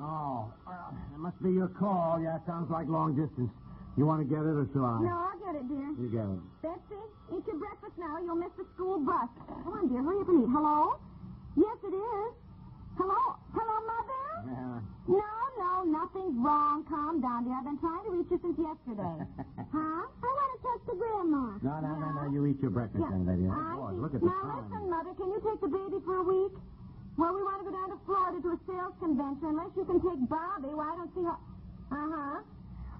Oh, well, it must be your call. Yeah, it sounds like long distance. You want to get it or shall I? No, I'll get it, dear. You get it. Betsy, eat your breakfast now. You'll miss the school bus. Come on, dear. Hurry up and eat. Hello? Yes, it is. Hello? Hello, Mother? Yeah. No, no, nothing's wrong. Calm down, dear. I've been trying to reach you since yesterday. huh? I want to talk to Grandma. No, no, no, no. You eat your breakfast, young lady. I Boy, see. look at the now, time. listen, Mother. Can you take the baby for a week? Well, we want to go down to Florida to a sales convention. Unless you can take Bobby, well, I don't see how. Uh huh.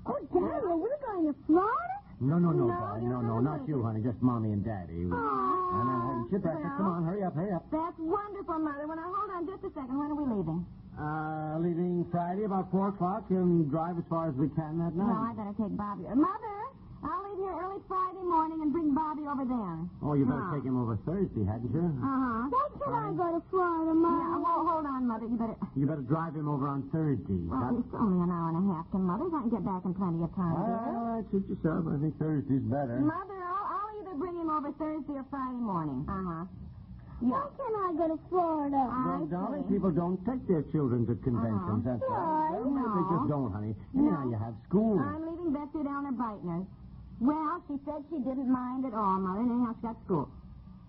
Oh, Daniel, we're going to Florida? No, no, no, No, darling. you're No, no, gonna not make you, it. honey. Just mommy and daddy. Oh, No, no, no. Eat your breakfast. Come on, hurry up, hurry up. That's wonderful, Mother. When I hold on just a second, when are we leaving? Uh, leaving Friday about four o'clock and drive as far as we can that Well, I night. better take Bobby. Uh, Mother, I'll leave here early Friday morning and bring Bobby over there. Oh, you better No. take him over Thursday, hadn't you? Uh-huh. Why should I go to Florida, Mother? Yeah, well, hold on, Mother. You better... You better drive him over on Thursday. Well, That- it's only an hour and a half to Mother's. I can get back in plenty of time, All right, dear. all right, suit yourself. I think Thursday's better. Mother, I'll, I'll either bring him over Thursday or Friday morning. Uh-huh. Yeah. Why can't I go to Florida? I Well, darling, see. people don't take their children to conventions. That's all. Why? Well, They Uh-huh. No. just don't, honey. Anyhow, you have school. I'm leaving Betsy down at Brightner's. Well, she said she didn't mind at all, Mother. and Anyhow, she got school.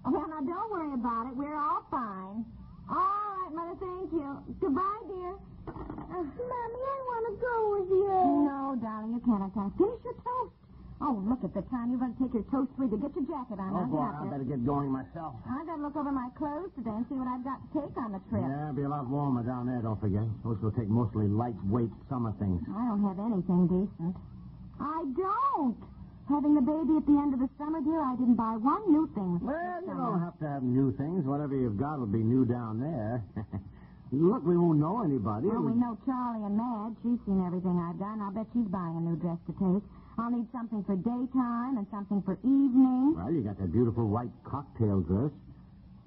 Well, now, don't worry about it. We're all fine. All right, Mother, thank you. Goodbye, dear. Mommy, I want to go with you. No, darling, you can't. I can't. Finish your toast. Oh, look at the time. You're going to take your toast with you. Get your jacket on. oh, I'll boy, get out I there. better get going myself. I've got to look over my clothes today and see what I've got to take on the trip. Yeah, it'll be a lot warmer down there, don't forget. Those will take mostly lightweight summer things. I don't have anything decent. I don't. Having the baby at the end of the summer, dear, I didn't buy one new thing. Well, this you summer. don't have to have new things. Whatever you've got will be new down there. Look, we won't know anybody. Well, we know Charlie and Madge. She's seen everything I've done. I'll bet she's buying a new dress to take. I'll need something for daytime and something for evening. Well, you got that beautiful white cocktail dress.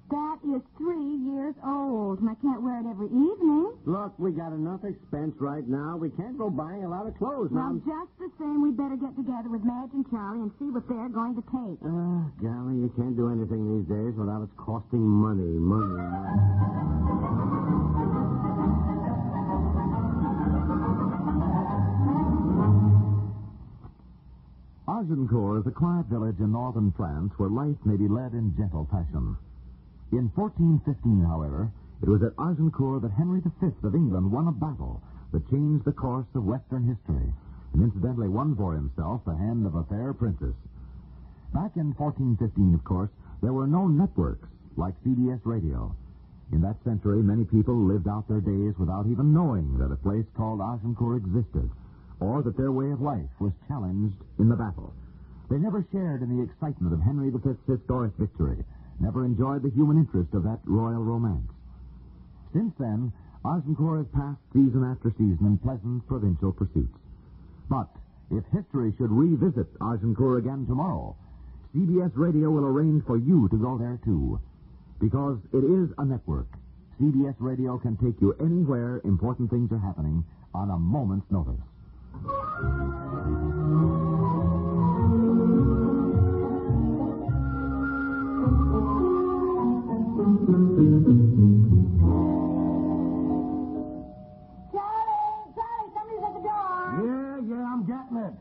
That is three years old, and I can't wear it every evening. Look, we got enough expense right now. We can't go buying a lot of clothes Well, now. just the same, we'd better get together with Madge and Charlie and see what they're going to take. Ah, golly, you can't do anything these days without it costing money, money, money. Agincourt is a quiet village in northern France where life may be led in gentle fashion. In 1415, however, it was at Agincourt that Henry V of England won a battle that changed the course of Western history and incidentally won for himself the hand of a fair princess. Back in 1415, of course, there were no networks like CBS radio. In that century, many people lived out their days without even knowing that a place called Agincourt existed, or that their way of life was challenged in the battle. They never shared in the excitement of Henry V's historic victory, never enjoyed the human interest of that royal romance. Since then, Agincourt has passed season after season in pleasant provincial pursuits. But if history should revisit Agincourt again tomorrow, CBS Radio will arrange for you to go there too. Because it is a network. CBS Radio can take you anywhere important things are happening on a moment's notice. Charlie! Charlie, somebody's at the door! Yeah, yeah, I'm getting it.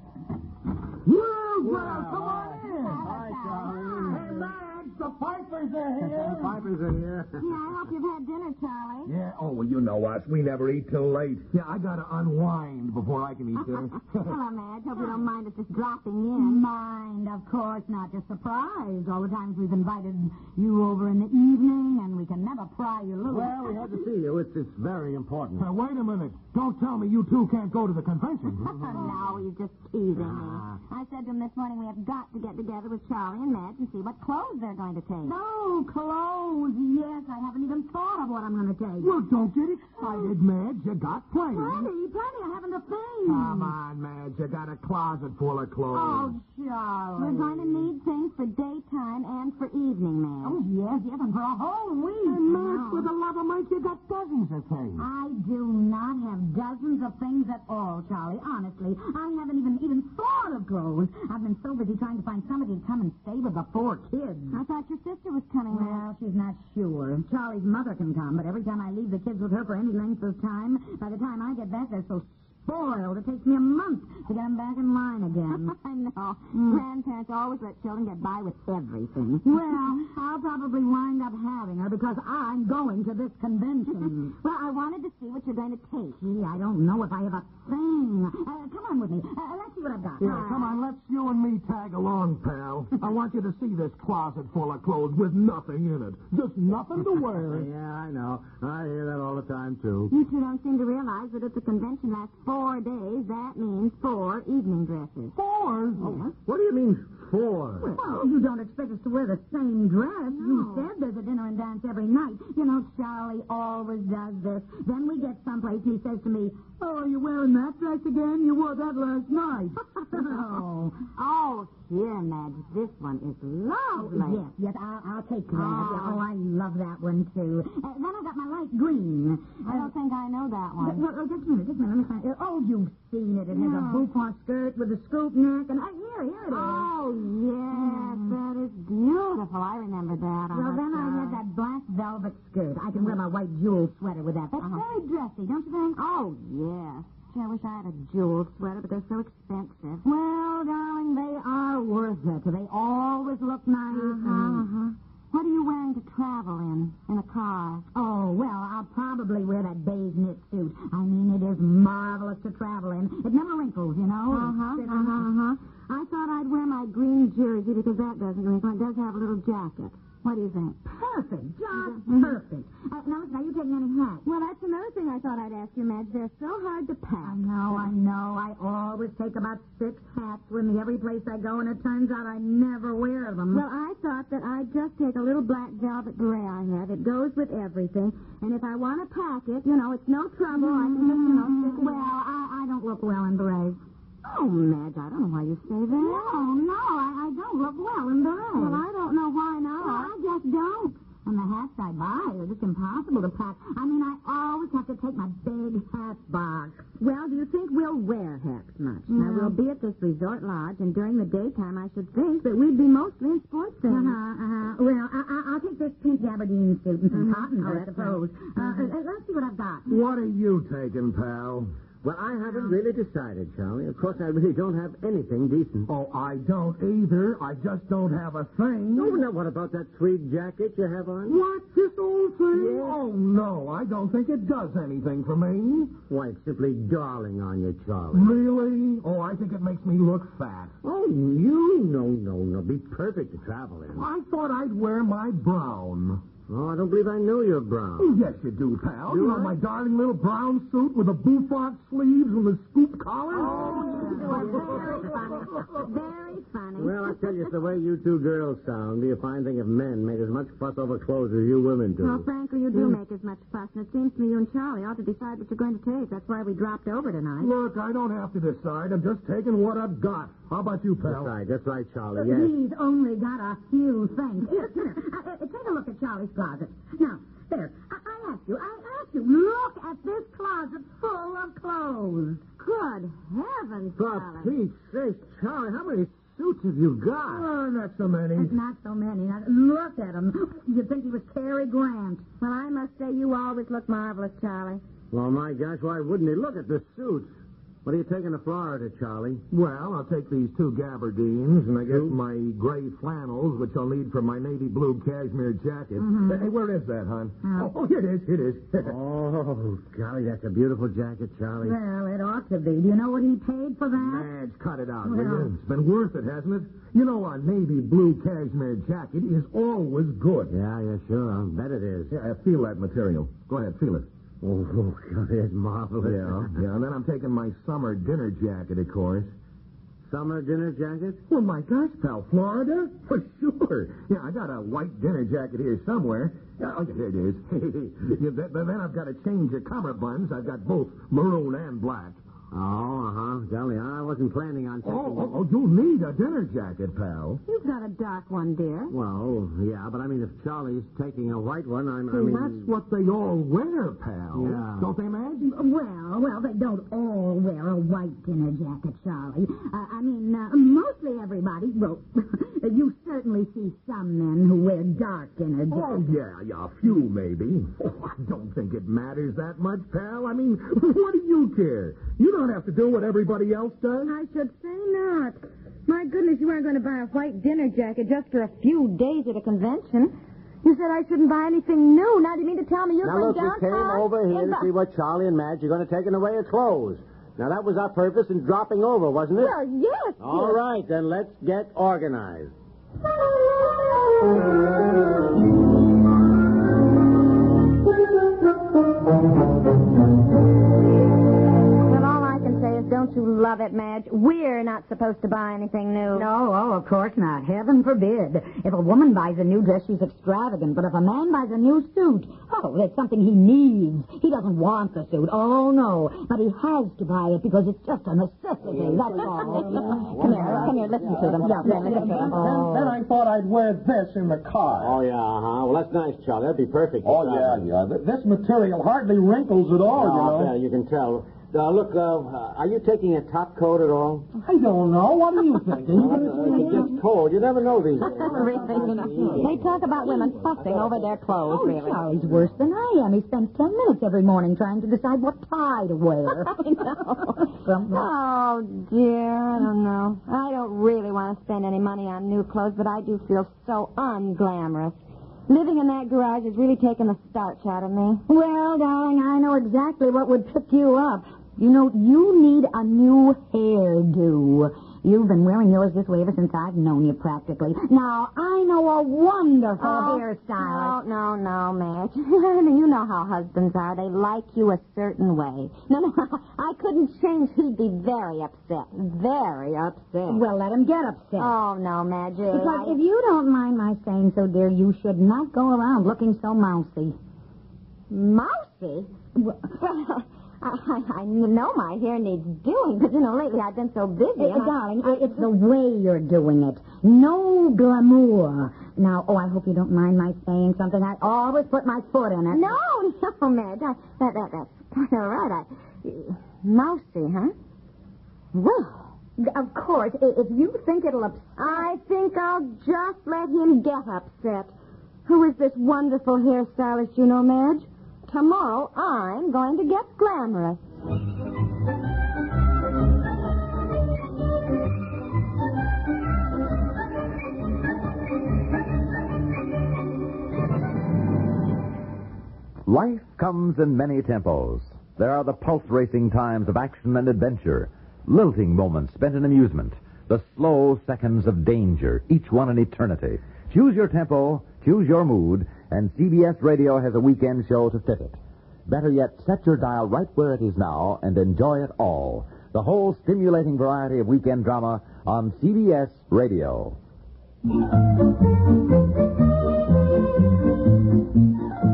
Well, come on in. Hi, darling. Hey, Max, the Pipers are here. the Pipers are here. Yeah, I hope you've had dinner, Charlie. Yeah, oh, well, you know us. We never eat till late. Yeah, I gotta unwind before I can eat dinner. Hello, Madge. Hope you don't mind us just dropping in. Mind, of course not. Just surprised. All the times we've invited you over in the evening, and we can never pry you loose. Well, we had to see you. It's, it's very important. now, wait a minute. Don't tell me you two can't go to the Mm-hmm. convention. no, you're just teasing me. I said to him this morning we have got to get together with Charlie and Madge and see what clothes they're going to take. No clothes. Oh, yes, I haven't even thought of what I'm going to take. Well, don't get excited, Madge. You got plenty. Plenty, plenty. I haven't a thing. Come on, Madge. You got a closet full of clothes. Oh, Charlie. We're going to need things for daytime and for evening, Oh, ma'am. yes, yes, and for a whole week. And Madge, for the love of Mike, you got dozens of things. Ah. I do not have dozens of things at all, Charlie. Honestly, I haven't even even thought of clothes. I've been so busy trying to find somebody to come and stay with the four kids. I thought your sister was coming, ma'am. Well, she's not sure. Charlie's mother can come, but every time I leave the kids with her for any length of time, by the time I get back, they're so spoiled. It takes me a month to get them back in line again. I know. Grandparents always let children get by with everything. well, I'll probably wind up having her because I'm going to this convention. Well, I wanted to see what you're going to take. Gee, I don't know if I have a thing. Uh, come on with me. Uh, let's see what I've got. Yeah, come on, let's you and me tag along, pal. I want you to see this closet full of clothes with nothing in it. Just nothing to wear. Yeah, I know. I hear that all the time, too. You two don't seem to realize that if the convention lasts four days, that means four evening dresses. Fours? What do you mean, four? Well, you don't expect us to wear the same dress. You said there's a dinner and dance every night. You know, Charlie always does this. Then we get someplace and he says to me, Oh, you're wearing that dress again? You wore that last night. oh. Oh, here, Madge, this one is lovely. Oh, Yes, yes, I'll, I'll take that. Oh. Oh, I love that one, too. Uh, then I got my light green. Uh, I don't think I know that Well, one. well, just a minute, just a minute. Let me find it. Oh, you've seen it. It has a Yeah. bouffant skirt with a scoop neck, and I here, here it is. Hmm. Oh, yes, that is beautiful. I remember that. well, then I had that black velvet skirt. I can wear my white jewel sweater with that. That's Uh-huh. very dressy, don't you think? Oh, yes. Gee, I wish I had a jeweled sweater, but they're so expensive. Well, darling, they are worth it. They always look nice. and- Uh-huh. What are you wearing to travel in, in the car? Oh, well, I'll probably wear that beige knit suit. I mean, it is marvelous to travel in. It never wrinkles, you know. Uh-huh, It's- uh-huh, uh-huh. I thought I'd wear my green jersey because that doesn't wrinkle. It does have a little jacket. What do you think? Mm-hmm. Perfect, just perfect. Uh, now, listen, are you taking any hats? Well, that's another thing I thought I'd ask you, Madge. They're so hard to I pack. know, I know. I always take about six hats with me every place I go, and it turns out I never wear them. Well, I thought that I'd just take a little black velvet beret I have. It goes with everything. And if I want to pack it, you know, it's no trouble. I can just, you know, stick it Mm-hmm. well, in. I, I don't look well in berets. Oh, Madge, I don't know why you say that. No, no, I, I don't look well in berets. Well, I don't know why not. Well, I just don't. And the hats I buy are just impossible to pack. I mean, I always have to take my big hat box. Well, do you think we'll wear hats much? Now, we'll be at this resort lodge, and during the daytime, I should think that we'd be mostly in sports things. Uh-huh, uh-huh. Well, I, I, I'll take this pink gabardine suit and some cottons, Oh, I that's suppose. Uh, uh, let's see what I've got. What are you taking, pal? Well, I haven't really decided, Charlie. Of course, I really don't have anything decent. Oh, I don't either. I just don't have a thing. Oh, now what about that tweed jacket you have on? What? This old thing? Oh, no, I don't think it does anything for me. Why, it's simply darling on you, Charlie. Really? Oh, I think it makes me look fat. Oh, you? No, no, no. Be perfect to travel in. I thought I'd wear my brown. Oh, I don't believe I know you're brown. Oh, yes, you do, pal. Do you know, I? my darling little brown suit with the bouffant sleeves and the scoop collar. Oh, Very funny. Well, I tell you, it's the way you two girls sound. Be a fine thing if men made as much fuss over clothes as you women do. Well, frankly, you do make as much fuss, and it seems to me you and Charlie ought to decide what you're going to take. That's why we dropped over tonight. Look, I don't have to decide. I'm just taking what I've got. How about you, That's pal? right, that's right, Charlie. But Yes. He's only got a few things. Here, Turner, uh, uh, take a look at Charlie's closet. Now, there. I, I ask you, I ask you, look at this closet full of clothes. Good heavens, For Charlie. Pete's sake, Charlie, how many suits have you got? Ah, not so many. There's not so many. Now, look at him. You'd think he was Cary Grant. Well, I must say you always look marvelous, Charlie. Oh, my gosh, why wouldn't he? Look at the suit. What are you taking to Florida, Charlie? Well, I'll take these two gabardines and I guess Two? my gray flannels, which I'll need for my navy blue cashmere jacket. Mm-hmm. Hey, where is that, hon? Oh, here it is. It is. Oh, golly, that's a beautiful jacket, Charlie. Well, it ought to be. Do you know what he paid for that? Madge, cut it out, will Well. you? It's been worth it, hasn't it? You know, a navy blue cashmere jacket is always good. Yeah, yeah, sure. I'll bet it is. Yeah, I feel that material. Go ahead, feel it. Oh, golly, that's marvelous. Yeah, yeah. And then I'm taking my summer dinner jacket, of course. Summer dinner jacket? Well, my gosh, pal, Florida? For sure. Yeah, I got a white dinner jacket here somewhere. Yeah, Oh, here it is. yeah, but but then I've got to change the buns. I've got both maroon and black. Oh, uh-huh. Golly, I wasn't planning on Oh, taking oh, oh, you'll need a dinner jacket, pal. You've got a dark one, dear. Well, yeah, but I mean, if Charlie's taking a white one, I'm, I Well, mean... that's what they all wear, pal. Yeah. Don't they, Madge? Well, well, they don't all wear a white dinner jacket, Charlie. Uh, I mean, uh, mostly everybody. Well, you certainly see some men who wear dark dinner Oh, jackets. yeah, yeah, a few maybe. Oh, I don't think it matters that much, pal. I mean, what do you care? You don't have to do what everybody else does. I should say not. My goodness, you aren't going to buy a white dinner jacket just for a few days at a convention. You said I shouldn't buy anything new. Now, do you mean to tell me you're Now, going look, we downtown? came over here and uh, to bu- see what Charlie and Madge are going to take in the way of clothes. Now, that was our purpose in dropping over, wasn't it? Well, yes. All right, then let's get organized. Well, all I can say is, don't you love it, Madge? We're not supposed to buy anything new. No, oh, of course not. Heaven forbid. If a woman buys a new dress, she's extravagant. But if a man buys a new suit, oh, that's something he needs. He doesn't want the suit. Oh, no. But he has to buy it because it's just a necessity. That's all. come here. Come here. Listen to them. Yeah, come here, Oh. listen to them. Oh. I thought I'd wear this in the car. Oh, yeah, uh-huh. Well, that's nice, Charlie. That'd be perfect. Uh, Oh, yeah, yeah. Th- This material hardly wrinkles at all, you Oh, know. yeah, you can tell. Now, look, uh, are you taking a top coat at all? I don't know. What are you thinking? It gets cold. You never know these days. They talk about women fussing over their clothes, Oh, really. Charlie's worse than I am. He spends ten minutes every morning trying to decide what tie to wear. I know. Oh, dear, I don't know. I don't really want to spend any money on new clothes, but I do feel so unglamorous. Living in that garage has really taken the starch out of me. Well, darling, I know exactly what would pick you up. You know, you need a new hairdo. You've been wearing yours this way ever since I've known you practically. Now, I know a wonderful hairstylist. Oh, No, no, no, Madge. you know how husbands are. They like you a certain way. No, no, I couldn't change. He'd be very upset. Very upset. Well, let him get upset. oh, no, Madge. because I- if you don't mind my saying so, dear, you should not go around looking so mousy. Mousy? Well, I, I, I know my hair needs doing, but you know, lately I've been so busy. Uh, and I- darling, uh, it's the way you're doing it. No glamour. Now, oh, I hope you don't mind my saying something. I always put my foot in it. No, no, Madge. I, that, that, that's kind of right. I, mousy, huh? Well, Of course, i- if you think it'll upset. I think I'll just let him get upset. Who is this wonderful hairstylist you know, Madge? Tomorrow I'm going to get glamorous. Life comes in many tempos. There are the pulse racing times of action and adventure, lilting moments spent in amusement, the slow seconds of danger, each one an eternity. Choose your tempo, choose your mood, and CBS Radio has a weekend show to fit it. Better yet, set your dial right where it is now and enjoy it all. The whole stimulating variety of weekend drama on CBS Radio.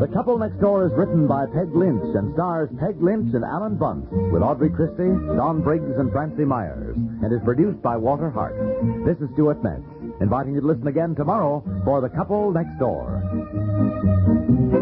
The Couple Next Door is written by Peg Lynch and stars Peg Lynch and Alan Bunce with Audrey Christie, Don Briggs, and Francie Myers, and is produced by Walter Hart. This is Stuart Metz, inviting you to listen again tomorrow for The Couple Next Door.